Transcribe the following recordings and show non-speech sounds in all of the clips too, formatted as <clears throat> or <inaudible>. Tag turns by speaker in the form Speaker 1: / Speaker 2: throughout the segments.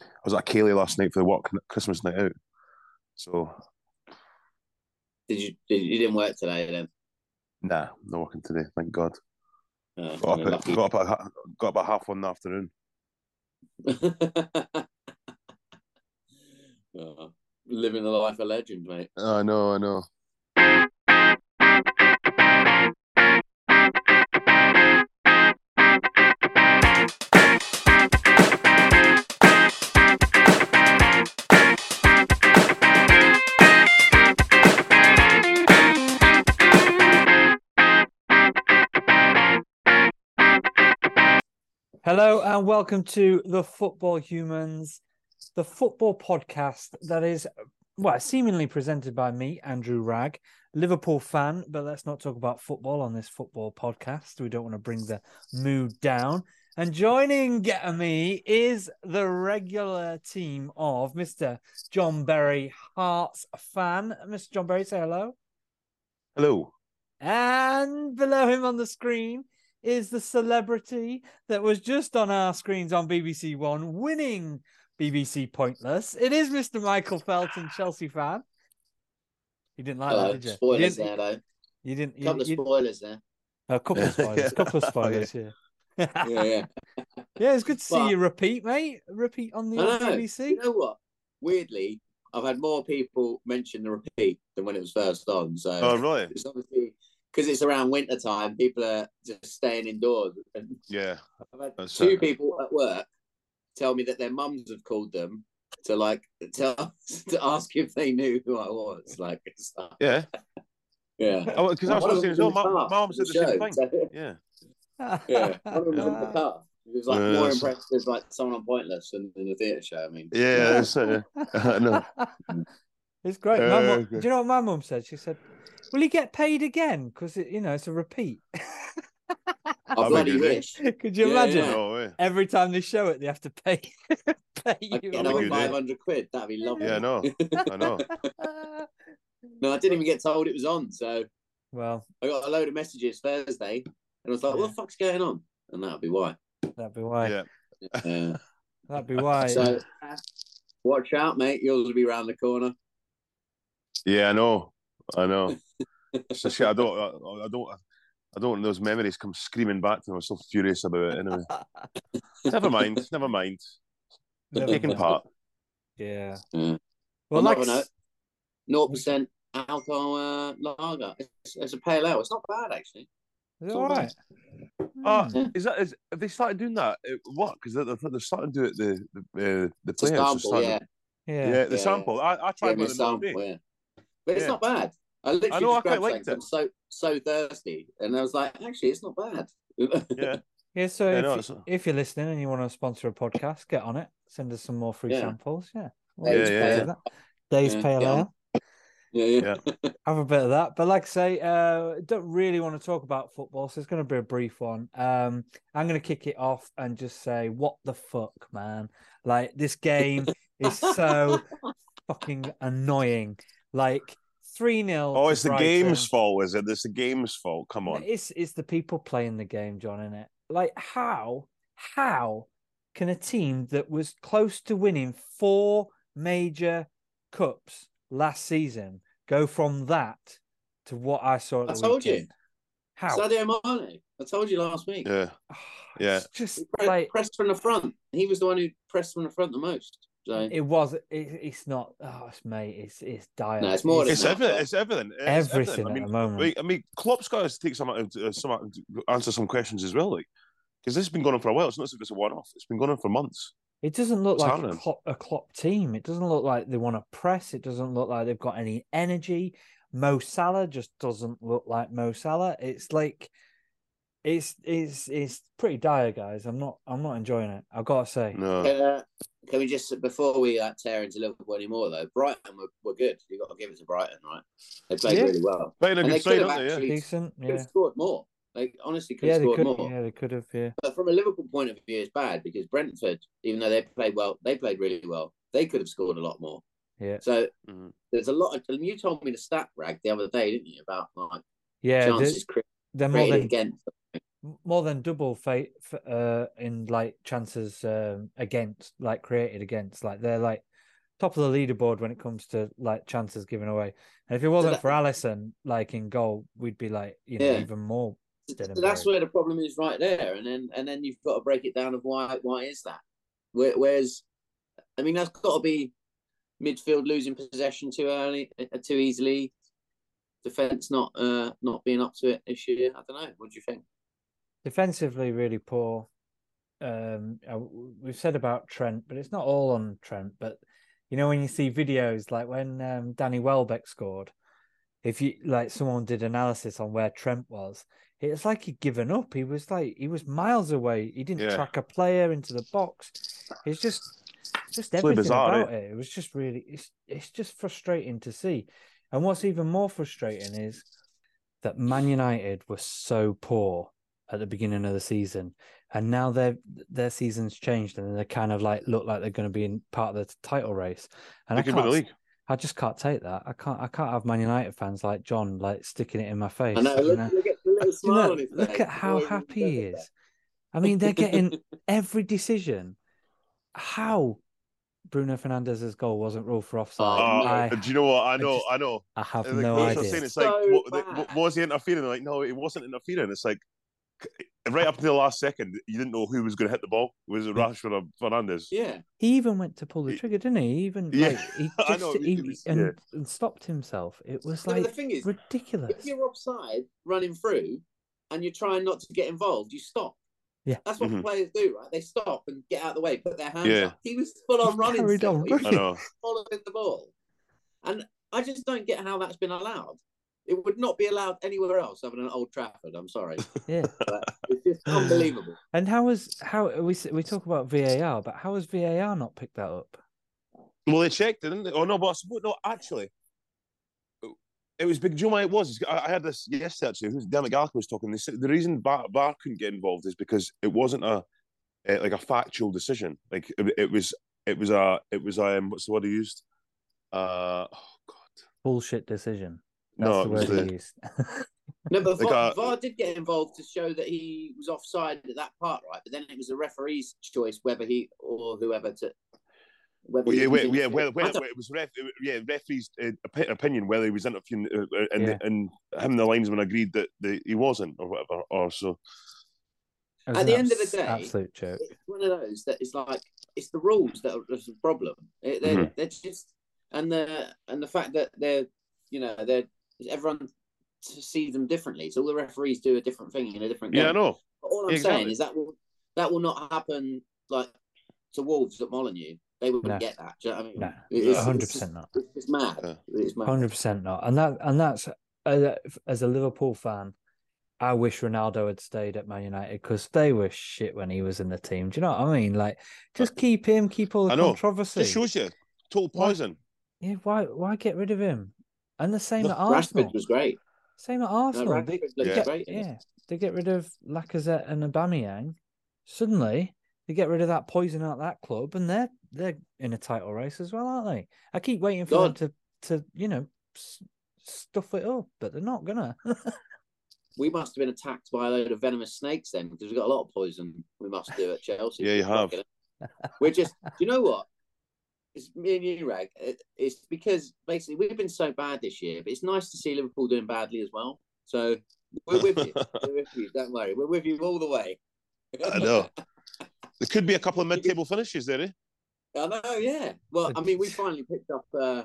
Speaker 1: I was at Kaylee last night for the work Christmas night out. So
Speaker 2: Did you? Did, you didn't work today then?
Speaker 1: nah, not working today. Thank God.
Speaker 2: Oh,
Speaker 1: Got up,
Speaker 2: you're
Speaker 1: at,
Speaker 2: lucky.
Speaker 1: got up at ha- got up at half one in the afternoon.
Speaker 2: <laughs> Oh, living the life of legend, mate.
Speaker 1: I know, I know.
Speaker 3: Hello and welcome to the Football Humans, the football podcast that is, well, seemingly presented by me, Andrew Ragg, Liverpool fan. But let's not talk about football on this football podcast. We don't want to bring the mood down. And joining me is the regular team of Mr. John Berry, Hearts fan. Mr. John Berry, say hello.
Speaker 1: Hello.
Speaker 3: And below him on the screen is the celebrity that was just on our screens on BBC One winning BBC Pointless. It is Mr. Michael Felton, Chelsea fan. You didn't like
Speaker 2: Hello.
Speaker 3: that, did you? you
Speaker 2: Uh, Oh, Spoilers
Speaker 3: didn't,
Speaker 2: there, though.
Speaker 3: You didn't. You,
Speaker 2: Couple of
Speaker 3: you-
Speaker 2: spoilers
Speaker 3: <laughs>
Speaker 2: there.
Speaker 3: a couple
Speaker 2: <laughs>
Speaker 3: of spoilers. A couple of
Speaker 1: Oh, yeah.
Speaker 3: spoilers, yeah. <laughs> yeah.
Speaker 2: Yeah, yeah.
Speaker 3: it's good to see
Speaker 2: But-
Speaker 3: you repeat, mate. Repeat on the
Speaker 2: I
Speaker 3: old
Speaker 2: know.
Speaker 3: BBC.
Speaker 2: You know what? Weirdly, I've had more people mention the repeat than when it was first on. So
Speaker 1: Oh really?
Speaker 2: it's obviously because it's around winter time, people are just staying indoors. And
Speaker 1: Yeah.
Speaker 2: I've had
Speaker 1: That's
Speaker 2: two
Speaker 1: it.
Speaker 2: people at work tell me that their mums have called them to like tell to <laughs> ask if they knew who I was. Like, it's <laughs> like
Speaker 1: Yeah.
Speaker 2: yeah.
Speaker 1: Oh, because that's
Speaker 2: One
Speaker 1: what I
Speaker 2: of
Speaker 1: was saying
Speaker 2: them
Speaker 1: as
Speaker 2: was in
Speaker 1: well. My,
Speaker 2: car
Speaker 1: my mom
Speaker 2: on
Speaker 1: said the
Speaker 2: show,
Speaker 1: same thing.
Speaker 2: so-
Speaker 1: Yeah.
Speaker 2: <laughs> Yeah,
Speaker 1: <laughs>
Speaker 2: one of them was in
Speaker 3: <laughs>
Speaker 2: the car. It was like
Speaker 1: Yeah,
Speaker 2: more
Speaker 1: that's-
Speaker 2: impressed as like someone on Pointless than in the theatre show. I mean,
Speaker 1: Yeah, <laughs> that's it. yeah. I know.
Speaker 3: <laughs> It's great. My
Speaker 1: Uh,
Speaker 3: mum-
Speaker 1: okay.
Speaker 3: do you know what my mum said? She said, "Will he get paid again? Because you know it's a repeat."
Speaker 2: I
Speaker 1: mean,
Speaker 2: bloody
Speaker 1: you think-
Speaker 2: wish.
Speaker 3: <laughs> Could you
Speaker 2: Yeah,
Speaker 3: imagine?
Speaker 2: yeah.
Speaker 1: No way.
Speaker 3: Every time they show it, they have to pay <laughs> pay
Speaker 2: I'd get
Speaker 3: you.
Speaker 1: That'd be
Speaker 2: another
Speaker 1: good, yeah.
Speaker 2: <laughs> five hundred quid. That'd be lovely.
Speaker 1: Yeah, I know. I
Speaker 2: <laughs>
Speaker 1: know.
Speaker 2: No, I didn't even get told it was on. So
Speaker 3: well,
Speaker 2: I got a load of messages Thursday, and I was like, "What the fuck's going on?" And that'd
Speaker 1: <laughs>
Speaker 2: be why.
Speaker 3: that'd be why.
Speaker 1: Yeah.
Speaker 2: Uh,
Speaker 3: That'd be why.
Speaker 2: so watch out, mate. Yours will be round the corner.
Speaker 1: Yeah, I know. I know. It's a shit. I don't. I, I don't. I don't. Those memories come screaming back to me. I'm so furious about it.
Speaker 2: <laughs>
Speaker 1: Anyway, never mind. Never mind.
Speaker 3: Never
Speaker 1: Taking
Speaker 3: mind.
Speaker 1: part.
Speaker 3: Yeah.
Speaker 2: Yeah.
Speaker 3: Well,
Speaker 2: Mm. On
Speaker 3: like
Speaker 2: another
Speaker 3: s-
Speaker 2: Zero percent alcohol uh, lager. It's, it's a pale ale. It's not bad actually.
Speaker 3: is it all right?
Speaker 1: Oh, <laughs>
Speaker 3: Hmm.
Speaker 2: Yeah.
Speaker 1: is that? Is have they started doing that? At work? Because they're, they're starting to do it. The the uh, the
Speaker 2: It's a
Speaker 1: players are
Speaker 2: sample,
Speaker 1: starting-
Speaker 2: yeah.
Speaker 3: yeah.
Speaker 1: Yeah, the
Speaker 2: Yeah.
Speaker 1: sample. I, I
Speaker 2: Yeah,
Speaker 1: tried one
Speaker 2: it's
Speaker 1: of them the
Speaker 2: sample,
Speaker 1: other day.
Speaker 2: yeah. But it's
Speaker 1: Yeah.
Speaker 2: not bad. I literally
Speaker 1: I know,
Speaker 2: just
Speaker 1: I quite
Speaker 2: grabbed
Speaker 1: liked
Speaker 2: something 'cause I'm so so thirsty, and I was like, actually, it's not bad. <laughs>
Speaker 1: Yeah,
Speaker 3: Yeah, so
Speaker 1: Yeah,
Speaker 3: if,
Speaker 1: no,
Speaker 3: you-
Speaker 1: it's-
Speaker 3: if you're listening and you want to sponsor a podcast, get on it. Send us some more free
Speaker 2: Yeah.
Speaker 3: samples. Yeah.
Speaker 2: Yeah,
Speaker 3: Days
Speaker 1: yeah,
Speaker 3: Pale
Speaker 1: yeah.
Speaker 3: Ale. Days
Speaker 2: Yeah,
Speaker 3: Pale
Speaker 2: get on.
Speaker 3: Ale.
Speaker 2: yeah, yeah.
Speaker 3: Have a bit of that. But like I say, uh don't really want to talk about football, so it's gonna be a brief one. Um I'm gonna kick it off and just say, what the fuck, man? Like this game is so fucking annoying. Like three 0
Speaker 1: Oh, it's the game's fault, is it? It's the game's fault. Come on.
Speaker 3: It's it's the people playing the game, John, isn't it? Like how how can a team that was close to winning four major cups last season go from that to what I saw at
Speaker 2: I
Speaker 3: the
Speaker 2: told you.
Speaker 3: weekend? How? Ah,
Speaker 2: Sadio Mane. I told you last week.
Speaker 1: Yeah. yeah.
Speaker 3: It's just
Speaker 2: He pre-
Speaker 3: like
Speaker 2: pressed from the front. He was the one who pressed from the front the most. So
Speaker 3: it was. It, it's not. Oh, it's, mate, it's it's dire.
Speaker 2: No, it's more than
Speaker 1: It's
Speaker 2: that.
Speaker 1: everything. It's everything. It's
Speaker 3: everything
Speaker 1: everything. I
Speaker 3: at
Speaker 1: mean,
Speaker 3: the moment.
Speaker 1: like, I mean, Klopp's got to take some, out- uh, some out- answer some questions as well, like because this has been going on for a while. It's not as if it's a one-off. It's been going on for months.
Speaker 3: It doesn't look
Speaker 1: What's
Speaker 3: like a
Speaker 1: happening?
Speaker 3: Klopp, a Klopp team. It doesn't look like they want to press. It doesn't look like they've got any energy. Mo Salah just doesn't look like Mo Salah. It's like it's it's it's pretty dire, guys. I'm not I'm not enjoying it. I've got to say.
Speaker 1: No.
Speaker 2: Can, uh, can we just before we like, tear into Liverpool anymore though? Brighton were, were good. You got to give it to Brighton, right? They played
Speaker 3: Yeah.
Speaker 2: really well.
Speaker 1: Playing a
Speaker 2: And they
Speaker 1: good side,
Speaker 2: could have
Speaker 1: aren't they? Yeah.
Speaker 2: actually
Speaker 3: Decent,
Speaker 2: could have
Speaker 3: yeah.
Speaker 2: scored more. They honestly could
Speaker 3: Yeah,
Speaker 2: have
Speaker 3: they
Speaker 2: scored
Speaker 3: could
Speaker 2: more.
Speaker 3: yeah, they could have, yeah.
Speaker 2: But from a Liverpool point of view, it's bad because Brentford, even though they played well, they played really well. They could have scored a lot more.
Speaker 3: Yeah.
Speaker 2: So
Speaker 1: Mhm.
Speaker 2: there's a lot of. And you told me the stat rag the other day, didn't you, about like
Speaker 3: Yeah, they-
Speaker 2: chances cre-
Speaker 3: they're more
Speaker 2: created
Speaker 3: than
Speaker 2: against.
Speaker 3: m- more than double fate uh, in like chances um, against, like created against. Like they're like top of the leaderboard when it comes to like chances given away. And if it wasn't
Speaker 2: that-
Speaker 3: for Allison, like in goal, we'd be like you know
Speaker 2: Yeah.
Speaker 3: even more.
Speaker 2: So
Speaker 3: Dylan
Speaker 2: that's
Speaker 3: Barry.
Speaker 2: where the problem is right there and then and then you've got to break it down of why why is that where, where's i mean that's got to be midfield losing possession too early uh, too easily defense not uh not being up to it this year i don't know what do you think
Speaker 3: defensively really poor. Um, uh, we've said about Trent, but it's not all on Trent. But you know, when you see videos like when um, Danny Welbeck scored, if you like someone did analysis on where Trent was, it's like he'd given up. He was like he was miles away. He didn't
Speaker 1: Yeah.
Speaker 3: track a player into the box. It's just just
Speaker 1: really
Speaker 3: everything
Speaker 1: bizarre,
Speaker 3: about it. It was just really it's it's just frustrating to see. And what's even more frustrating is that Man United were so poor at the beginning of the season, and now their their season's changed, and they kind of like look like they're going to be in part of the title race. And
Speaker 1: They
Speaker 3: I
Speaker 1: could win
Speaker 3: can't,
Speaker 1: the league.
Speaker 3: I just can't take that. I can't, I can't have Man United fans like John like sticking it in my face.
Speaker 2: i know
Speaker 3: you
Speaker 2: look,
Speaker 3: know?
Speaker 2: look at the little
Speaker 3: You
Speaker 2: smile
Speaker 3: know,
Speaker 2: on his
Speaker 3: look
Speaker 2: face
Speaker 3: at how
Speaker 2: before
Speaker 3: happy
Speaker 2: even
Speaker 3: he
Speaker 2: said
Speaker 3: is. I mean, they're getting
Speaker 2: <laughs> that.
Speaker 3: every decision. How Bruno Fernandez's goal wasn't ruled for offside?
Speaker 2: Oh,
Speaker 3: I,
Speaker 1: Uh, do you know what? I know,
Speaker 3: just-
Speaker 1: I know.
Speaker 3: I have
Speaker 1: And the
Speaker 3: no
Speaker 1: coach
Speaker 2: It's
Speaker 1: was
Speaker 3: idea.
Speaker 1: saying it's like,
Speaker 2: so
Speaker 1: what, they-
Speaker 2: bad.
Speaker 1: what- was he interfering? They're like, no, it wasn't interfering. It's like c- right up to the last second, you didn't know who was going to hit the ball. Was it
Speaker 3: Yeah.
Speaker 1: Rashford or Fernandez?
Speaker 2: yeah
Speaker 3: He even went to pull the
Speaker 1: He-
Speaker 3: trigger, didn't he? He even
Speaker 1: Yeah,
Speaker 3: like,
Speaker 2: <laughs>
Speaker 3: he
Speaker 1: I
Speaker 3: just
Speaker 1: know,
Speaker 3: he,
Speaker 1: it was-
Speaker 3: and,
Speaker 1: yeah.
Speaker 3: and stopped himself. It was
Speaker 2: No, but
Speaker 3: like
Speaker 2: the thing is if
Speaker 3: ridiculous.
Speaker 2: you're offside running through and you're trying not to get involved, you stop.
Speaker 3: Yeah.
Speaker 2: That's what
Speaker 1: Mhm.
Speaker 2: players do, right? They stop and get out of the way, put their hands
Speaker 1: Yeah.
Speaker 2: up. He was full on
Speaker 3: <laughs> He
Speaker 2: running.
Speaker 3: carried
Speaker 2: still.
Speaker 3: on
Speaker 2: He was
Speaker 1: I know.
Speaker 2: following the ball. And I just don't get how that's been allowed. It would not be allowed anywhere else other than Old Trafford. I'm sorry.
Speaker 3: <laughs> Yeah,
Speaker 2: It's just unbelievable.
Speaker 3: and how was how we s- we talk about VAR, but how has VAR not picked that up?
Speaker 1: Well, they checked, didn't they? Oh no, but I suppose, no, actually, it was big. Do you know why it was? I, I had this yesterday. Actually, who's Dan McGallagher was talking. They said the reason Bar, Bar couldn't get involved is because it wasn't a uh, like a factual decision. Like it, it was, it was a, it was a. Um, what's the word he used? Uh, oh god,
Speaker 3: Bullshit decision. That's
Speaker 1: no,
Speaker 3: the
Speaker 1: it was
Speaker 3: word
Speaker 1: the,
Speaker 3: he used. <laughs>
Speaker 2: No, but
Speaker 1: Like,
Speaker 2: VAR,
Speaker 1: uh,
Speaker 2: VAR did get involved to show that he was offside at that part, right? But then it was the referee's choice whether he or whoever to. Whether
Speaker 1: Well,
Speaker 2: he
Speaker 1: yeah, where,
Speaker 2: continued.
Speaker 1: yeah, where,
Speaker 2: I
Speaker 1: where,
Speaker 2: don't-
Speaker 1: where it was ref, yeah, referee's uh, opi- opinion whether he was interfering, uh, uh, and,
Speaker 3: Yeah.
Speaker 1: and him and the linesman agreed that the, he wasn't, or whatever, or so.
Speaker 3: It
Speaker 2: At
Speaker 3: was an
Speaker 2: the end of the
Speaker 3: abs-
Speaker 2: day,
Speaker 3: absolute joke.
Speaker 2: it's one of those that is like it's the rules that are that's the problem. It, they're,
Speaker 1: Mhm.
Speaker 2: they're just and the and the fact that they're you know they're everyone s- sees them differently. So all the referees do a different thing in a different game.
Speaker 1: Yeah, I know.
Speaker 2: But all I'm
Speaker 1: Yeah, exactly.
Speaker 2: saying is that will that will not happen like to Wolves at Molineux. They wouldn't
Speaker 3: No.
Speaker 2: get that. Do you know what I mean?
Speaker 3: No,
Speaker 2: It-
Speaker 1: No.
Speaker 2: it's-
Speaker 3: hundred
Speaker 2: it's just-
Speaker 3: percent not.
Speaker 2: It's, just mad.
Speaker 1: Yeah.
Speaker 2: It's mad.
Speaker 3: Hundred percent not. And that and that's uh, as a Liverpool fan, I wish Ronaldo had stayed at Man United because they were shit when he was in the team. Do you know what I mean? Like,
Speaker 2: Uh,
Speaker 3: just keep him, keep all the
Speaker 1: I know.
Speaker 3: controversy.
Speaker 1: Just shows you total
Speaker 3: Why-
Speaker 1: poison.
Speaker 3: Yeah, why why get rid of him? And the same
Speaker 1: No,
Speaker 3: at Arsenal.
Speaker 2: Rashford was great.
Speaker 3: Same at Arsenal.
Speaker 2: Rashford
Speaker 3: they,
Speaker 2: looked
Speaker 3: they get,
Speaker 2: great.
Speaker 3: Yeah, they get rid of Lacazette and Aubameyang. Suddenly, they get rid of that poison out that club, and they're they're in a title race as well, aren't they? I keep waiting for them to to you know s- stuff it up, but they're not gonna.
Speaker 2: We must have been attacked by a load of venomous snakes then, because we've got a lot of poison. We must do at Chelsea.
Speaker 1: Yeah, you have.
Speaker 2: We're just, do you know what? It's me and you, Rag. It- It's because basically we've been so bad this year, but it's nice to see Liverpool doing badly as well. So we're with
Speaker 1: <laughs>
Speaker 2: you. We're with you. Don't worry. We're with you all the way.
Speaker 1: I know. There could be a couple of mid-table finishes there. Eh?
Speaker 2: <laughs> I know. Yeah. Well, I mean, we finally picked up uh,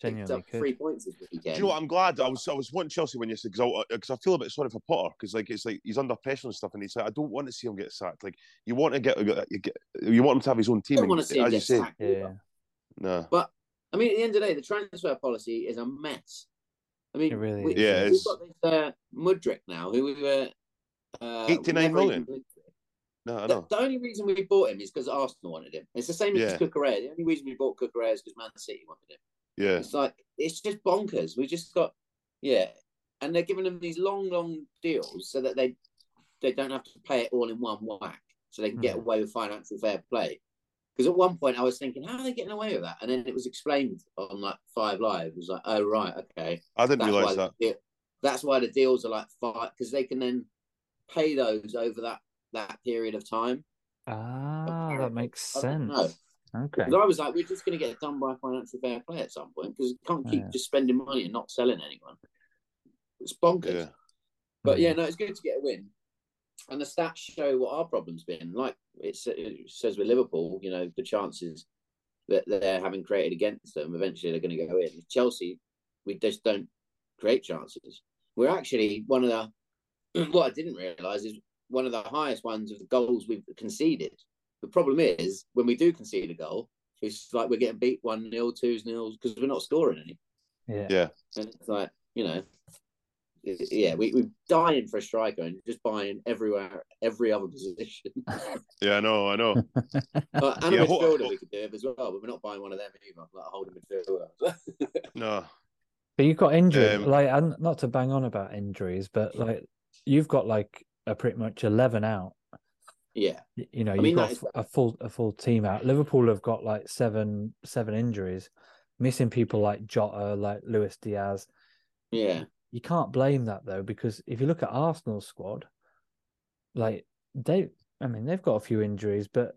Speaker 2: picked
Speaker 3: Genuinely,
Speaker 2: up
Speaker 3: could.
Speaker 2: three points this weekend.
Speaker 1: Do you know what? I'm glad. I was I was wanting Chelsea when yesterday because I, uh, 'cause I feel a bit sorry for Potter because like it's like he's under pressure and stuff, and he's like I don't want to see him get sacked. Like you want to get, you get you want him to have his own
Speaker 2: I
Speaker 1: team.
Speaker 2: don't
Speaker 1: and
Speaker 2: want to see him
Speaker 1: as you
Speaker 2: get
Speaker 1: say,
Speaker 2: sacked. either.
Speaker 3: yeah.
Speaker 1: no.
Speaker 2: I mean, at the end of the day, the transfer policy is a mess. I mean,
Speaker 3: It really
Speaker 2: we,
Speaker 3: is,
Speaker 1: yeah.
Speaker 2: we've got this uh, Mudrick now, who we were uh,
Speaker 1: 89
Speaker 2: never even-
Speaker 1: No, I
Speaker 2: The,
Speaker 1: know.
Speaker 2: the only reason we bought him is because Arsenal wanted him. It's the same as
Speaker 1: Yeah.
Speaker 2: Cucurella. The only reason we bought Cucurella is because Man City wanted him.
Speaker 1: Yeah,
Speaker 2: It's like it's just bonkers. We just got yeah, and they're giving them these long, long deals so that they they don't have to pay it all in one whack, so they can get
Speaker 1: Hmm.
Speaker 3: Mhm.
Speaker 2: away with financial fair play. Because at one point I was thinking, how are they getting away with that? And then it was explained on like Five Live. It was like, oh right, okay,
Speaker 1: I didn't
Speaker 2: that's why
Speaker 1: realize that.
Speaker 2: The, deal- that's why the deals are like five because they can then pay those over that that period of time.
Speaker 3: Ah, that makes
Speaker 2: I don't
Speaker 3: sense.
Speaker 2: know.
Speaker 3: Okay.
Speaker 2: 'Cause I was like, we're just going to get done by financial fair play at some point because you can't keep
Speaker 3: Yeah.
Speaker 2: just spending money and not selling anyone. It's bonkers.
Speaker 1: Yeah.
Speaker 2: But
Speaker 3: Mm.
Speaker 2: yeah, no, it's good to get a win. And the stats show what our problem's been. Like it sa- it says with Liverpool, you know, the chances that they're having created against them, eventually they're going to go in. With Chelsea, we just don't create chances. We're actually one of the, <clears throat> what I didn't realise is one of the highest ones of the goals we've conceded. The problem is when we do concede a goal, it's like we're getting beat 1 0, 2 0, because we're not scoring any.
Speaker 3: Yeah.
Speaker 1: Yeah.
Speaker 2: And it's like, you know, it- yeah, we, we're dying for a striker and just buying everywhere, every other position.
Speaker 1: Yeah, I know, I
Speaker 2: <laughs>
Speaker 1: know.
Speaker 2: But, and
Speaker 1: Yeah,
Speaker 2: a
Speaker 1: ho-
Speaker 2: midfielder
Speaker 1: ho-
Speaker 2: we could do it as well, but we're not buying one of them either, like a holding midfielder. <laughs>
Speaker 1: no.
Speaker 3: But you've got injuries.
Speaker 1: Um,
Speaker 3: like, and not to bang on about injuries, but like, you've got like a pretty much eleven out.
Speaker 2: yeah,
Speaker 3: Y- You know,
Speaker 2: I
Speaker 3: you've
Speaker 2: mean,
Speaker 3: got
Speaker 2: that is-
Speaker 3: a full a full team out. Liverpool have got like seven seven injuries, missing people like Jota, like Luis Diaz.
Speaker 2: yeah,
Speaker 3: You can't blame that though, because if you look at Arsenal's squad, like they, I mean, they've got a few injuries, but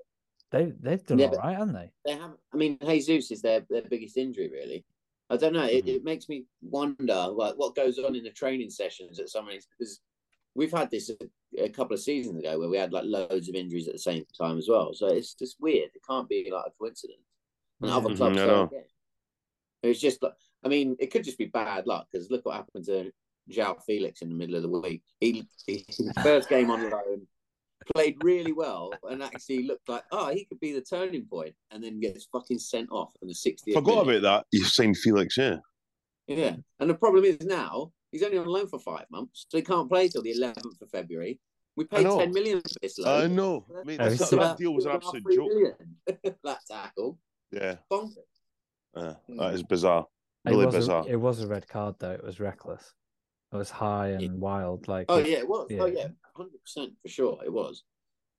Speaker 3: they they've done
Speaker 2: Yeah,
Speaker 3: all
Speaker 2: but-
Speaker 3: right, haven't they?
Speaker 2: they have. I mean, Jesus is their their biggest injury, really. I don't know. It, it makes me wonder, like, what goes on in the training sessions at some of these because we've had this a, a couple of seasons ago where we had like loads of injuries at the same time as well. So it's just weird. It can't be like a coincidence. and
Speaker 3: Yeah.
Speaker 2: other
Speaker 1: Mhm,
Speaker 2: clubs
Speaker 1: I
Speaker 2: don't
Speaker 1: know.
Speaker 2: get it. It's just, like- I mean, it could just be bad luck because look what happened to João Felix in the middle of the week. He, he first game on loan, played really well, and actually looked like, oh, he could be the turning point, and then gets fucking sent off in the 60th.
Speaker 1: Forgot
Speaker 2: minute.
Speaker 1: about that. You signed Felix, yeah.
Speaker 2: Yeah, and the problem is now he's only on loan for five months, so he can't play till the 11th of February. We paid
Speaker 1: know.
Speaker 2: 10 million for this loan.
Speaker 1: I know. Mate,
Speaker 3: Oh,
Speaker 1: that's-
Speaker 3: he's
Speaker 1: that, that deal was an absolute joke.
Speaker 2: joke. <laughs> that tackle,
Speaker 1: Yeah.
Speaker 2: bonkers.
Speaker 1: yeah. Uh, That
Speaker 2: Hmm.
Speaker 1: is bizarre.
Speaker 3: It
Speaker 1: Really
Speaker 3: was
Speaker 1: bizarre.
Speaker 3: A, it was a red card though. It was reckless. It was high and wild. Like
Speaker 2: Oh
Speaker 3: it-
Speaker 2: yeah, it was. Oh
Speaker 3: yeah.
Speaker 2: yeah, hundred percent for sure it was.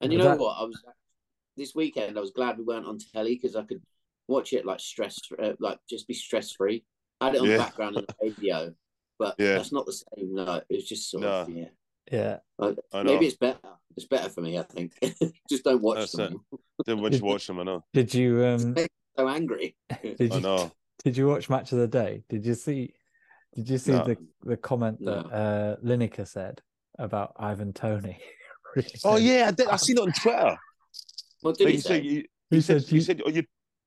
Speaker 2: And you
Speaker 3: But
Speaker 2: know
Speaker 3: that-
Speaker 2: what? I was this weekend. I was glad we weren't on telly because I could watch it like stress, uh, like just be stress free. I had it on
Speaker 1: Yeah.
Speaker 2: the background of the radio, but
Speaker 1: Yeah.
Speaker 2: that's not the same. No, it was just sort of yeah.
Speaker 3: yeah.
Speaker 1: I know.
Speaker 2: Maybe it's better. It's better for me. I think. <laughs> just don't watch
Speaker 1: That's it.
Speaker 2: them.
Speaker 1: Didn't watch, watch him, I know.
Speaker 3: Did you um?
Speaker 2: So
Speaker 1: <laughs>
Speaker 2: angry. <laughs>
Speaker 3: Did
Speaker 1: I
Speaker 3: you
Speaker 1: know.
Speaker 3: did you watch match of the day? Did you see? Did you see
Speaker 1: No.
Speaker 3: the the comment that
Speaker 2: No.
Speaker 3: uh Lineker said about Ivan Tony? <laughs>
Speaker 1: Oh, yeah, I did. I seen it on Twitter.
Speaker 2: What did
Speaker 1: Like,
Speaker 2: he
Speaker 1: you said,
Speaker 2: say?
Speaker 1: you,
Speaker 3: He
Speaker 1: you said,
Speaker 3: said
Speaker 1: you
Speaker 3: you-
Speaker 1: said, oh, you,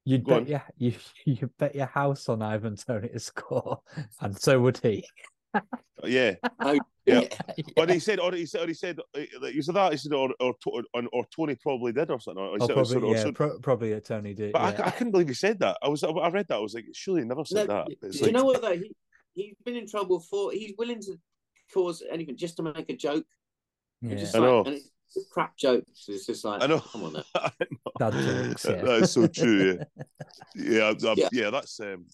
Speaker 3: You
Speaker 1: Go
Speaker 3: bet
Speaker 1: on.
Speaker 3: yeah you <laughs> you bet your house on Ivan Tony to score, <laughs> and so would he.
Speaker 1: oh,
Speaker 2: <laughs>
Speaker 1: yeah.
Speaker 2: Yeah.
Speaker 1: Yeah. Or he said, or he said, or he said, uh, like, you said that. He said, or or, To- or, or Tony probably did, or something. Or he
Speaker 3: Or
Speaker 1: said- or said-
Speaker 3: Oh, probably,
Speaker 1: or
Speaker 3: yeah,
Speaker 1: said-
Speaker 3: pro- probably a Tony did.
Speaker 1: but I,
Speaker 3: yeah.
Speaker 1: I couldn't believe he said that. I was, I read that. I was like, surely he never said
Speaker 2: No,
Speaker 1: that. It's
Speaker 2: Do you
Speaker 1: like,
Speaker 2: know what though? He he's been in trouble for. He's willing to cause anything just to make a joke.
Speaker 3: yeah.
Speaker 2: It's just
Speaker 1: I
Speaker 2: like,
Speaker 1: know.
Speaker 2: And it's just crap jokes. It's just like,
Speaker 1: I know.
Speaker 2: come on, now.
Speaker 1: <laughs>
Speaker 3: Dad jokes, yeah.
Speaker 1: That is so true.
Speaker 3: <laughs>
Speaker 1: Yeah, yeah, I- I-
Speaker 2: Yeah.
Speaker 1: yeah, that's um,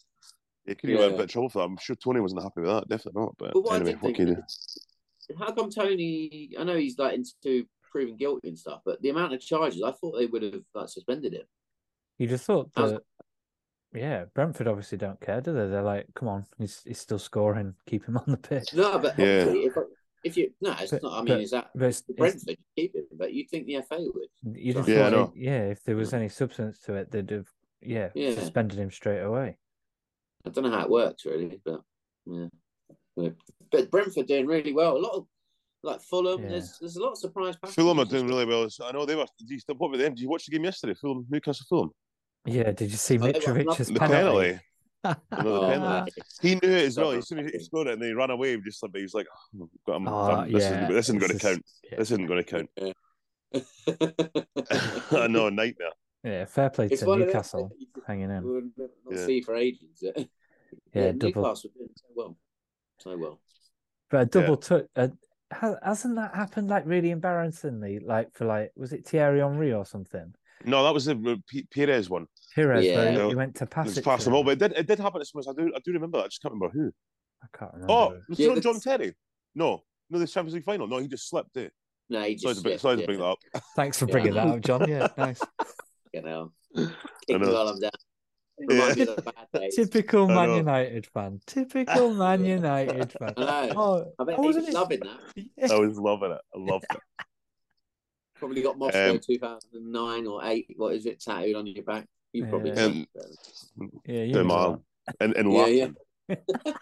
Speaker 1: it could have been a
Speaker 2: Yeah.
Speaker 1: bit of trouble for that. I'm sure Tony wasn't happy with that. Definitely not. But,
Speaker 2: But what I
Speaker 1: anyway,
Speaker 2: did
Speaker 1: what
Speaker 2: think
Speaker 1: can you do?
Speaker 2: how come Tony? I know he's like into proving guilty and stuff, but the amount of charges, I thought they would have like suspended him.
Speaker 3: You just thought
Speaker 2: I was-
Speaker 3: that, yeah, Brentford obviously don't care, do they? They're like, come on, he's he's still scoring, keep him on the pitch.
Speaker 2: No, but
Speaker 1: Yeah.
Speaker 2: obviously, if, if you no, it's
Speaker 3: But-
Speaker 2: not. I mean,
Speaker 3: but-
Speaker 2: is that
Speaker 3: But it's, it's-
Speaker 2: Brentford keep him? But you'd think the FA would.
Speaker 3: you just
Speaker 1: Yeah, I
Speaker 3: thought,
Speaker 1: know.
Speaker 3: it- yeah, if there was any substance to it, they'd have, yeah,
Speaker 2: Yeah.
Speaker 3: suspended him straight away.
Speaker 2: I don't know how it works really, but yeah. Yeah. But Brentford doing really well. A lot of like Fulham.
Speaker 3: Yeah.
Speaker 2: There's there's a lot of surprise. packages
Speaker 1: Fulham are
Speaker 2: and
Speaker 1: doing
Speaker 2: stuff.
Speaker 1: really well. I know they were. Do you, what about them? Did you watch the game yesterday? Fulham, Newcastle, Fulham.
Speaker 3: Yeah, did you see
Speaker 2: Oh, they were
Speaker 3: Mitrovic's
Speaker 2: It's
Speaker 1: The
Speaker 2: lovely.
Speaker 3: penalty?
Speaker 2: <laughs>
Speaker 1: penalty. Another
Speaker 2: Oh,
Speaker 1: penalty.
Speaker 2: mate.
Speaker 1: He knew it as
Speaker 2: <laughs>
Speaker 1: well. As soon as he scored it, and then he ran away. Just like he was like, oh, I've got him.
Speaker 3: Ah,
Speaker 1: done. this,
Speaker 3: yeah,
Speaker 1: isn't, this isn't going to
Speaker 3: this is-
Speaker 1: count. This isn't going to
Speaker 3: <laughs>
Speaker 1: count. <laughs>
Speaker 2: it's
Speaker 1: I know, nightmare.
Speaker 3: Yeah, fair play to
Speaker 2: one of them
Speaker 3: Newcastle
Speaker 2: that you just
Speaker 3: hanging in.
Speaker 2: will not
Speaker 1: Yeah.
Speaker 2: see for ages. <laughs> Yeah,
Speaker 3: Yeah, double,
Speaker 2: Newcastle doing so well, so well.
Speaker 3: but a double touch. Uh, ha- hasn't that happened like really embarrassingly? Like for like, was it Thierry Henry or something?
Speaker 1: No, that was the uh, P- Perez one.
Speaker 3: Perez, where
Speaker 2: Yeah.
Speaker 3: he- he went to
Speaker 1: It
Speaker 3: pass
Speaker 1: was
Speaker 3: it.
Speaker 1: past
Speaker 3: to
Speaker 1: them all,
Speaker 3: him.
Speaker 1: but it did, it did happen at some I do, I do remember that. I just can't remember who.
Speaker 3: I can't remember.
Speaker 1: Oh, was
Speaker 2: Yeah,
Speaker 1: it John
Speaker 2: that's-
Speaker 1: Terry? No, no, the Champions League final. No, he just slipped it.
Speaker 2: No, he
Speaker 1: Sorry
Speaker 2: just
Speaker 1: to, bring, sorry to bring that up.
Speaker 3: Thanks for
Speaker 1: <laughs>
Speaker 2: Yeah. <laughs>
Speaker 3: bringing that up, John. Yeah, nice.
Speaker 2: You know,
Speaker 1: I know. <laughs>
Speaker 2: while I'm down. It reminds me of the
Speaker 3: <laughs>
Speaker 2: bad days.
Speaker 3: Typical
Speaker 1: I
Speaker 3: Man
Speaker 1: know.
Speaker 3: United fan. Typical
Speaker 2: <laughs>
Speaker 3: Man
Speaker 2: Yeah.
Speaker 3: United fan.
Speaker 2: I
Speaker 3: <laughs>
Speaker 2: know.
Speaker 3: Oh,
Speaker 2: I bet
Speaker 3: I
Speaker 2: he
Speaker 3: wasn't
Speaker 2: was loving that.
Speaker 3: yeah.
Speaker 1: I was loving it. I loved it.
Speaker 2: Probably got Moscow
Speaker 1: Um,
Speaker 2: 2009 or 8, what is it, tattooed on your back. You probably
Speaker 3: Yeah.
Speaker 1: Um,
Speaker 2: did.
Speaker 3: yeah, you
Speaker 1: Yeah,
Speaker 3: know
Speaker 1: man. And and
Speaker 2: yeah,
Speaker 1: Latin.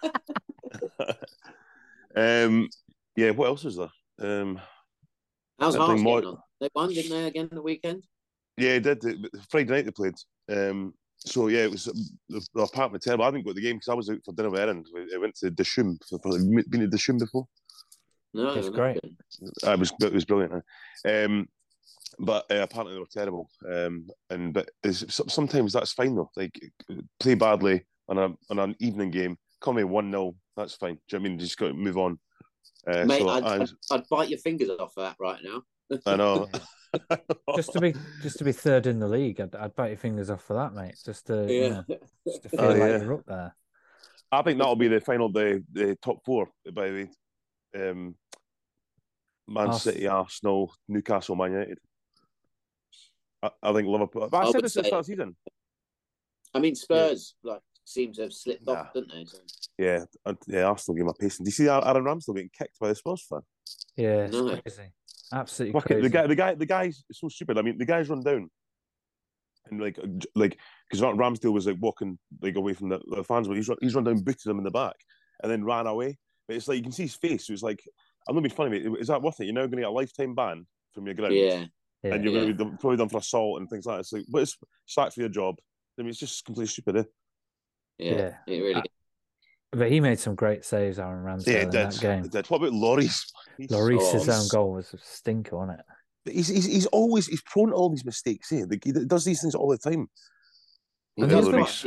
Speaker 2: yeah.
Speaker 1: <laughs> Um, yeah. What else was there? Um,
Speaker 2: How's
Speaker 1: I
Speaker 2: Hearts
Speaker 1: think Mo-
Speaker 2: getting on? They won, didn't they, again the weekend?
Speaker 1: yeah, it did the Friday night they played. Um, so yeah, it was the, the apartment terrible. I didn't go to the game because I was out for dinner with Erin. I went to Dashum. For, for, been to Dashum before.
Speaker 2: No,
Speaker 3: That's
Speaker 2: they're not
Speaker 3: great.
Speaker 2: good.
Speaker 1: It was it was brilliant. eh? Um, but uh, apparently they were terrible. Um, and but it's, so- sometimes that's fine though. Like play badly on a on an evening game, come in one 0 that's fine. Do you know what I mean just got to move on? Uh,
Speaker 2: Mate,
Speaker 1: so
Speaker 2: I'd,
Speaker 1: I,
Speaker 2: I'd, I'd bite your fingers off for that right now.
Speaker 1: <laughs> I know.
Speaker 3: <laughs> just to be just to be third in the league, I'd, I'd bite your fingers off for that, mate. Just to, you
Speaker 2: Yeah. <laughs>
Speaker 3: know, just to feel
Speaker 1: Oh,
Speaker 3: like
Speaker 1: yeah.
Speaker 3: you're up there.
Speaker 1: I think that'll be the final the the top four by the way. Um, Man
Speaker 3: Ars-
Speaker 1: City, Arsenal, Newcastle, Man United. I, I think Liverpool. But I,
Speaker 2: I
Speaker 1: said
Speaker 2: would
Speaker 1: this at the
Speaker 2: say-
Speaker 1: start of the season.
Speaker 2: I mean, Spurs like seem to have slipped
Speaker 1: Nah.
Speaker 2: off, didn't they? So,
Speaker 1: Yeah, I- yeah. Arsenal gave my pacing. Do you see Aaron Ramsdale getting kicked by the Spurs fan?
Speaker 3: Yeah, it's
Speaker 2: No.
Speaker 3: crazy. Absolutely
Speaker 1: Fucking-
Speaker 3: crazy.
Speaker 1: the guy, the guy, the guy's so stupid. I mean, the guy's run down, and like, j- like, because Ramsdale was like walking like away from the, the fans, but he's run, he's run down, booted him in the back, and then ran away. But it's like you can see his face. So it's like, I'm not being funny, mate. Is that worth it? You're now going to get a lifetime ban from your ground,
Speaker 2: yeah.
Speaker 3: Yeah.
Speaker 1: and you're
Speaker 2: Yeah.
Speaker 1: going to be done, probably done for assault and things like that. It's like, but it's sacked for your job. I mean, it's just completely stupid. Eh?
Speaker 2: yeah,
Speaker 3: Yeah.
Speaker 2: It really.
Speaker 3: Uh, But he made some great saves, Aaron Ramsdale,
Speaker 1: Yeah,
Speaker 3: in
Speaker 1: it did.
Speaker 3: that game. um,
Speaker 1: It did. What about Loris?
Speaker 3: Lloris's
Speaker 2: Oh.
Speaker 3: own goal was a stinker, wasn't it?
Speaker 1: He's, he's he's always he's prone to all these mistakes. Eh? Like, he does these things all the time. Yeah,
Speaker 3: And here's the-
Speaker 1: Lloris.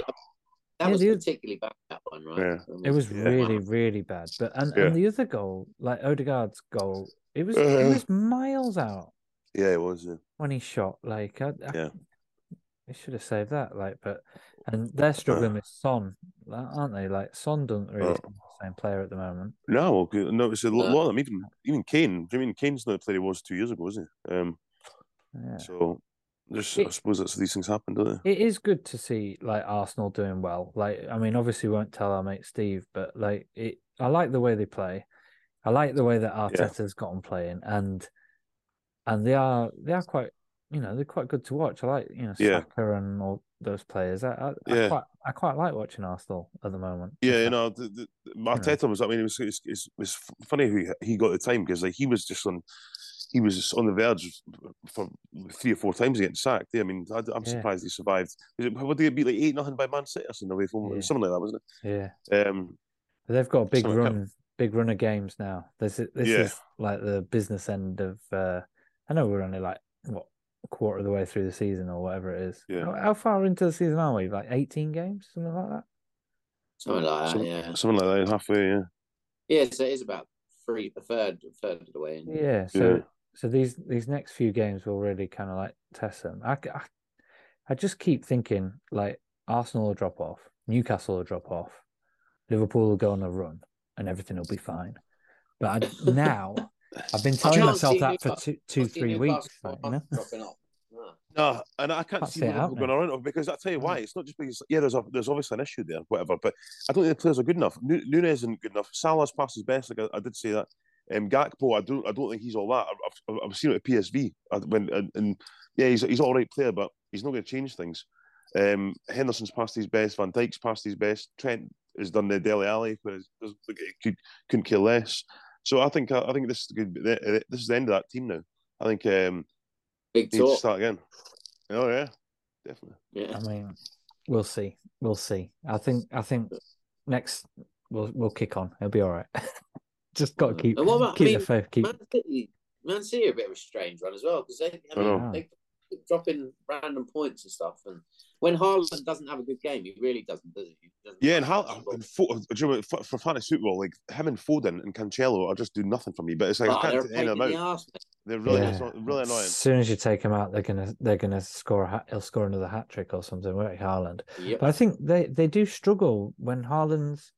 Speaker 2: That
Speaker 3: Yeah,
Speaker 2: was
Speaker 3: the-
Speaker 2: particularly bad, that one, right?
Speaker 1: Yeah.
Speaker 2: I mean,
Speaker 3: It was
Speaker 1: Yeah.
Speaker 3: really, really bad. But and,
Speaker 1: Yeah.
Speaker 3: and the other goal, like Odegaard's goal, it was it
Speaker 1: Uh-huh.
Speaker 3: was miles out
Speaker 1: Yeah, it was. Yeah.
Speaker 3: when he shot. Like I, I,
Speaker 1: Yeah.
Speaker 3: they should have saved that. Like, but and they're struggling with Son, like, aren't they? Like Son doesn't really
Speaker 1: Uh.
Speaker 3: seem the same player at the moment.
Speaker 1: No, okay, no, it's a lot,
Speaker 2: No.
Speaker 1: lot of them. Even even Kane. Do you mean Kane's not the player he was two years ago, isn't he? Um,
Speaker 3: Yeah.
Speaker 1: so there's, I
Speaker 3: It-
Speaker 1: suppose that's these things happen, don't
Speaker 3: It is good to see like Arsenal doing well. Like, I mean, obviously, we won't tell our mate Steve, but like, it. I like the way they play. I like the way that Arteta's got on playing, and and they are they are quite, you know, they're quite good to watch. I like you know
Speaker 1: Yeah.
Speaker 3: Saka and all those players. I I, I
Speaker 1: Yeah.
Speaker 3: quite I quite like watching Arsenal at the moment.
Speaker 1: they? Yeah, you know, the, the, the- Arteta was. I mean, it was it's, it's, it's funny who he- he got the time because like he was just on, he was on the verge of- for three or four times getting sacked. Yeah, I mean, I, am
Speaker 3: Yeah.
Speaker 1: surprised he survived. Was it, what did it beat like eight nothing by Man City or something away from
Speaker 3: Yeah.
Speaker 1: something like that, wasn't
Speaker 3: yeah.
Speaker 1: it? Um,
Speaker 3: They've got a big
Speaker 1: Something like that.
Speaker 3: run, big run of games now. This is this
Speaker 1: Yeah.
Speaker 3: is like the business end of. uh I know we're only like what a quarter of the way through the season or whatever it is.
Speaker 1: Yeah.
Speaker 3: How, how far into the season are we? Like eighteen games, something like that.
Speaker 2: Something like that,
Speaker 1: Some-
Speaker 2: yeah.
Speaker 1: something like that, halfway. Yeah,
Speaker 2: Yeah, so it is about three, a third, a third of the way in.
Speaker 3: Yeah. So
Speaker 1: Yeah.
Speaker 3: so these these next few games will really kind of like test them. I, c- I I just keep thinking like Arsenal will drop off, Newcastle will drop off, Liverpool will go on a run, and everything will be fine. But I, now I've been telling
Speaker 2: can't
Speaker 3: myself
Speaker 2: see
Speaker 3: that for
Speaker 2: Newcastle-
Speaker 3: two two
Speaker 2: I've seen
Speaker 3: three
Speaker 2: Newcastle
Speaker 3: weeks. Like, you
Speaker 2: off-
Speaker 3: know?
Speaker 2: dropping off. Ah, No.
Speaker 1: No, and I can't
Speaker 3: Can't
Speaker 1: see
Speaker 3: see it
Speaker 1: Liverpool
Speaker 3: happening. Mm.
Speaker 1: going around of because I tell you why. It's not just because yeah, there's a, there's obviously an issue there, whatever. But I don't think the players are good enough. Nu- Nunes isn't good enough. Salah's pass is best. Like I, I did say that. Um, Gakpo, I don't I don't think he's all that. I- I've, I've seen it at PSV I- uh, when and, and yeah, he's he's all right player, but he's not going to change things. Um, Henderson's past his best. Van Dyke's past his best. Trent has done the Deli Alley, but it's- doesn't look like he could couldn't care less. So I think I, I think this could be the, this is the end of that team now. I think um,
Speaker 2: Big
Speaker 1: they need to
Speaker 2: talk.
Speaker 1: start again. Oh yeah, definitely.
Speaker 2: Yeah.
Speaker 3: I mean, we'll see. We'll see. I think I think next we'll we'll kick on. It'll be all right. <laughs> just got to keep
Speaker 2: And what about- I
Speaker 3: keep
Speaker 2: mean,
Speaker 3: the faith. Keep
Speaker 2: Man City, Man City are a bit of a strange one as well because they, I
Speaker 1: I
Speaker 2: mean,
Speaker 3: know.
Speaker 2: they keep dropping random points and stuff. And when Haaland doesn't have a good game, he really doesn't, does he? He doesn't
Speaker 1: Yeah, and how
Speaker 2: have a good
Speaker 1: and for, do you know, what, for, for fantasy football, like him and Foden and Cancelo are just do nothing for me. But it's like
Speaker 2: ball.
Speaker 1: I
Speaker 2: Oh, they're
Speaker 1: can't
Speaker 2: a
Speaker 1: take
Speaker 2: pain
Speaker 1: any
Speaker 2: in
Speaker 1: of them
Speaker 2: the
Speaker 1: out.
Speaker 2: arse, mate.
Speaker 1: They're really,
Speaker 3: Yeah.
Speaker 1: it's not- really annoying.
Speaker 3: As soon as you take them out, they're gonna they're gonna score. A, ha- he'll score another hat trick or something, won't he, Haaland?
Speaker 2: Yep.
Speaker 3: But I think they they do struggle when Haaland's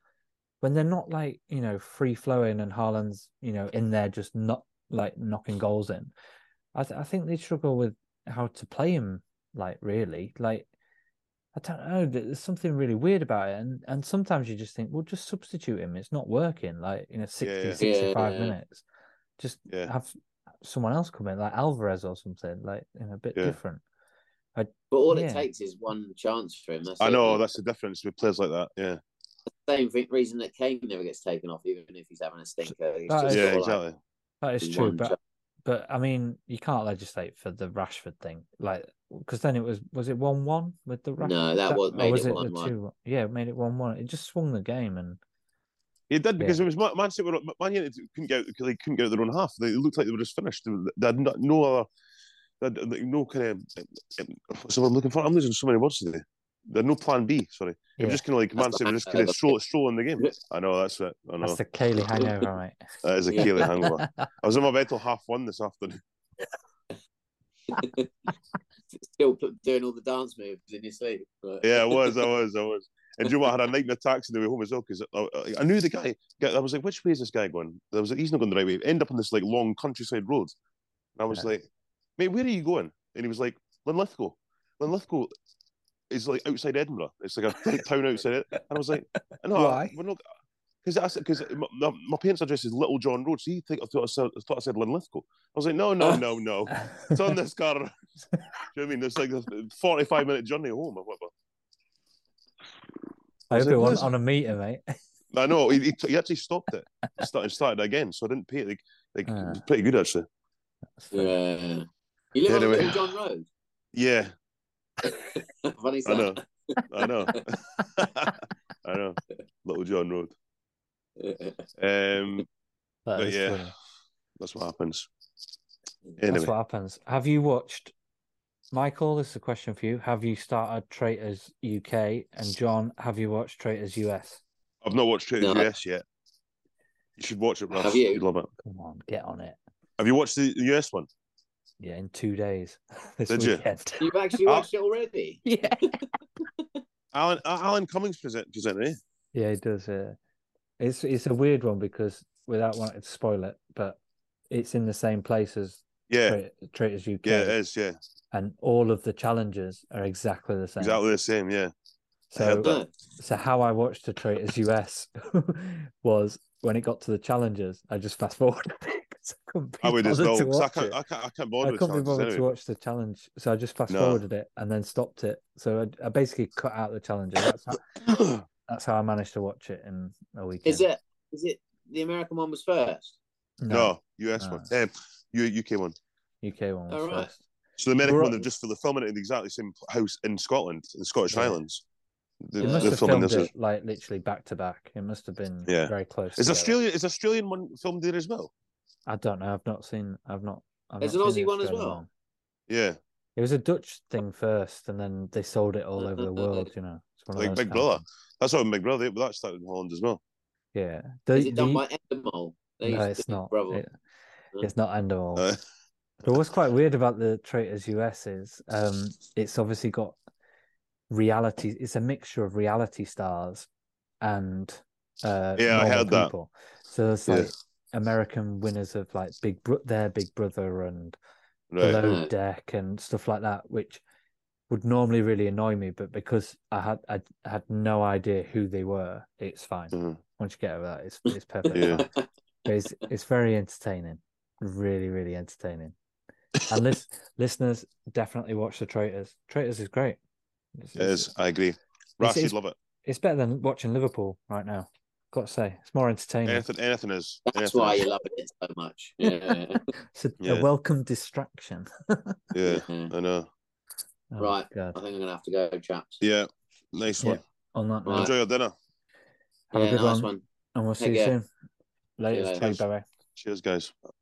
Speaker 3: when they're not like you know free flowing and Haaland's you know in there just not like knocking goals in. I th- I think they struggle with how to play him like really like. I I don't know. there- There's something really weird about it, and and sometimes you just think, well, just substitute him. It's not working. Like you know, 60,
Speaker 1: Yeah.
Speaker 3: 65
Speaker 2: Yeah.
Speaker 3: minutes, just
Speaker 1: Yeah.
Speaker 3: have someone else come in, like Alvarez or something, like you know, a bit
Speaker 1: Yeah.
Speaker 3: different.
Speaker 2: But all
Speaker 3: Yeah.
Speaker 2: it takes is one chance for him. That's
Speaker 1: I
Speaker 2: it.
Speaker 1: know that's the difference with players like that. Yeah,
Speaker 2: the same re- reason that Kane never gets taken off, even if he's having a stinker. He's
Speaker 3: That
Speaker 2: just
Speaker 3: is-
Speaker 1: yeah,
Speaker 2: sort of
Speaker 1: exactly.
Speaker 3: That
Speaker 2: like
Speaker 3: is true,
Speaker 2: one
Speaker 3: but
Speaker 2: chance.
Speaker 3: but I mean, you can't legislate for the Rashford thing, like because then it was was it one one with the Rashford?
Speaker 2: No, that was
Speaker 3: or
Speaker 2: made
Speaker 3: was
Speaker 2: it
Speaker 3: the
Speaker 2: one one.
Speaker 3: two- Yeah, it made it one one. It just swung the game, and
Speaker 1: He did because it was Man Man City. Were, Man United couldn't get out, they couldn't get out their own half. They looked like they were just finished. They, they had no, no other, they had, like, no kind of. What's the word I'm looking for? I'm losing so many words today. They had no plan B. Sorry, it
Speaker 3: Yeah.
Speaker 1: was just kind of like Man City were just kind of stroll, strolling the game. I know that's it. I know
Speaker 3: that's the Cayley
Speaker 2: <laughs>
Speaker 3: hangover, mate.
Speaker 1: that is a
Speaker 2: Yeah.
Speaker 1: Keely hangover.
Speaker 3: <laughs>
Speaker 1: I was in my bed till half one this afternoon. <laughs>
Speaker 2: <laughs> Still put, doing all the dance moves in your sleep. But...
Speaker 1: Yeah, I was, I was, I was. And do you know what? I had a nightmare taxi on the way home as well because I, I, I knew the guy. I was like, "Which way is this guy going?" I was like, "He's not going the right way." End up on this like long countryside road, and I was
Speaker 3: Yeah.
Speaker 1: like, "Mate, where are you going?" And he was like, "Linlithgow." Linlithgow is like outside Edinburgh. It's like a <laughs> t- town outside it. And I was like, "No, I-
Speaker 3: Why?
Speaker 1: we're not." Because because my, my, my parents' address is Little John Road, so he think I thought I said, I thought I said Linlithgow. I was like, "No,
Speaker 3: Oh.
Speaker 1: no, no, no." It's on this car. <laughs> Do you know what I mean? It's like a forty-five minute journey home or whatever.
Speaker 3: I
Speaker 1: was
Speaker 3: hope
Speaker 1: like,
Speaker 3: it
Speaker 1: what
Speaker 3: wasn't
Speaker 1: is-
Speaker 3: on a meter, mate. <laughs>
Speaker 1: I know he, he, t- he actually stopped it. He started started again, so I didn't pay. it, Like, like
Speaker 3: Ah.
Speaker 1: it was pretty good actually.
Speaker 2: <laughs> Yeah. You live
Speaker 1: Anyway.
Speaker 2: on Little John <laughs> Road.
Speaker 1: Yeah,
Speaker 2: Funny
Speaker 1: I
Speaker 2: stuff.
Speaker 1: know, I
Speaker 3: <laughs>
Speaker 1: know, <laughs> I know. Little John Road. Um,
Speaker 3: That
Speaker 1: But
Speaker 3: is
Speaker 1: yeah,
Speaker 3: funny.
Speaker 1: that's what happens.
Speaker 3: That's
Speaker 1: Anyway,
Speaker 3: what happens. Have you watched, Michael? This is a question for you. Have you started Traitors UK? And John, have you watched Traitors US?
Speaker 1: I've not watched Trader
Speaker 2: No.
Speaker 1: US yet. You should watch it, Russ.
Speaker 2: Have you?
Speaker 1: would love it.
Speaker 3: Come on, get on it.
Speaker 1: Have you watched the the US one?
Speaker 3: Yeah, in two days. <laughs> This
Speaker 1: Did you?
Speaker 3: weekend.
Speaker 2: <laughs> You've actually
Speaker 1: Oh.
Speaker 2: watched it already.
Speaker 3: Yeah.
Speaker 1: Alan uh, Alan Cummings present presented. Eh?
Speaker 3: Yeah, it does. Yeah, it's it's a weird one because without wanting to spoil it, but it's in the same place as
Speaker 1: Yeah,
Speaker 3: Tra- Traitors UK,
Speaker 1: yeah, it is. Yeah,
Speaker 3: and all of the challenges are exactly the same.
Speaker 1: exactly the same. Yeah, I heard
Speaker 3: So,
Speaker 1: that.
Speaker 2: No.
Speaker 3: so how I watched the Traitors US <laughs> was when it got to the challenges, I just fast forwarded <laughs> it 'cause I couldn't be
Speaker 1: I would as
Speaker 3: bothered
Speaker 1: well.
Speaker 3: to
Speaker 1: 'cause I
Speaker 3: watch
Speaker 1: can't,
Speaker 3: it.
Speaker 1: I can't, I can't
Speaker 3: I
Speaker 1: bother. with
Speaker 3: couldn't be bothered
Speaker 1: chances
Speaker 3: to
Speaker 1: anyway.
Speaker 3: watch the challenge, so I just fast
Speaker 1: No.
Speaker 3: forwarded it and then stopped it. So I, I basically cut out the challenges. That's how,
Speaker 1: <clears throat>
Speaker 3: that's how I managed to watch it in a weekend.
Speaker 2: Is it? Is it? The American one was first.
Speaker 1: no, US one.
Speaker 3: No.
Speaker 1: Um, U- UK one.
Speaker 3: UK one was
Speaker 2: All right.
Speaker 3: first.
Speaker 1: So the American
Speaker 3: Right.
Speaker 1: one, they're just for the filming it in the exactly same house in Scotland, in the Scottish
Speaker 3: Yeah.
Speaker 1: Highlands. They-
Speaker 3: They
Speaker 2: Yeah.
Speaker 1: They're,
Speaker 3: must have
Speaker 1: filming
Speaker 3: filmed
Speaker 1: this.
Speaker 3: it
Speaker 1: Is,
Speaker 3: like literally back to back. It must have been
Speaker 1: Yeah.
Speaker 3: very close.
Speaker 1: is
Speaker 3: together.
Speaker 1: Australia is Australian one filmed there as well?
Speaker 3: I don't know. I've not seen. I've not. I've
Speaker 2: There's
Speaker 3: not
Speaker 2: an Aussie
Speaker 3: seen the
Speaker 2: one as
Speaker 3: Australian
Speaker 2: well.
Speaker 1: Yeah,
Speaker 3: It was a Dutch thing first, and then they sold it all over the world. You know, it's one of
Speaker 1: Like
Speaker 3: those
Speaker 1: Big
Speaker 3: kind of
Speaker 1: Brother.
Speaker 3: things.
Speaker 1: that's how Big Brother. That started in Holland as well.
Speaker 3: Yeah. The,
Speaker 2: Is it done
Speaker 3: the-
Speaker 2: by Endemol? They
Speaker 3: no,
Speaker 2: used to
Speaker 3: it's
Speaker 2: do
Speaker 3: not.
Speaker 2: Bravo.
Speaker 3: It- it's not Endemol. <laughs>
Speaker 1: Uh,
Speaker 3: But what's quite weird about the Traitors US is um, it's obviously got reality. It's a mixture of reality stars and uh,
Speaker 1: Yeah, I
Speaker 3: normal
Speaker 1: heard that.
Speaker 3: people. So there's
Speaker 1: Yeah.
Speaker 3: like American winners of like Big Bro- their Big Brother and
Speaker 1: right.
Speaker 3: Below
Speaker 2: Right.
Speaker 3: Deck and stuff like that, which would normally really annoy me. But because I had I had no idea who they were, it's fine.
Speaker 2: Mm-hmm.
Speaker 1: Mhm.
Speaker 3: Once you get over that, it's
Speaker 2: <laughs>
Speaker 3: it's perfectly
Speaker 1: Yeah.
Speaker 3: fine. But it's it's very entertaining, really, really entertaining. And lis-
Speaker 2: <laughs>
Speaker 3: listeners definitely watch the Traitors. Traitors is great. It's,
Speaker 1: It is. I agree. Rash,
Speaker 3: it's-
Speaker 1: you'd love it.
Speaker 3: it's better than watching Liverpool right now. Got to say, it's more entertaining.
Speaker 1: Anything, anything is.
Speaker 2: That's
Speaker 1: anything
Speaker 2: why
Speaker 1: is.
Speaker 2: you're loving it so much. Yeah.
Speaker 3: It's a,
Speaker 1: Yeah.
Speaker 3: a welcome distraction.
Speaker 1: Yeah,
Speaker 2: Yeah.
Speaker 1: I know.
Speaker 3: Oh,
Speaker 2: Right.
Speaker 3: God.
Speaker 2: I think I'm gonna have to go, chaps.
Speaker 1: Yeah, nice
Speaker 3: Yeah.
Speaker 1: one.
Speaker 3: On that
Speaker 2: Right.
Speaker 3: note,
Speaker 1: Enjoy your dinner.
Speaker 3: have a
Speaker 2: Yeah,
Speaker 3: good
Speaker 2: nice
Speaker 3: one.
Speaker 2: one.
Speaker 3: and we'll see
Speaker 2: Take
Speaker 3: you
Speaker 2: care.
Speaker 3: soon. Later,
Speaker 2: later.
Speaker 3: bye bye.
Speaker 1: Cheers, guys.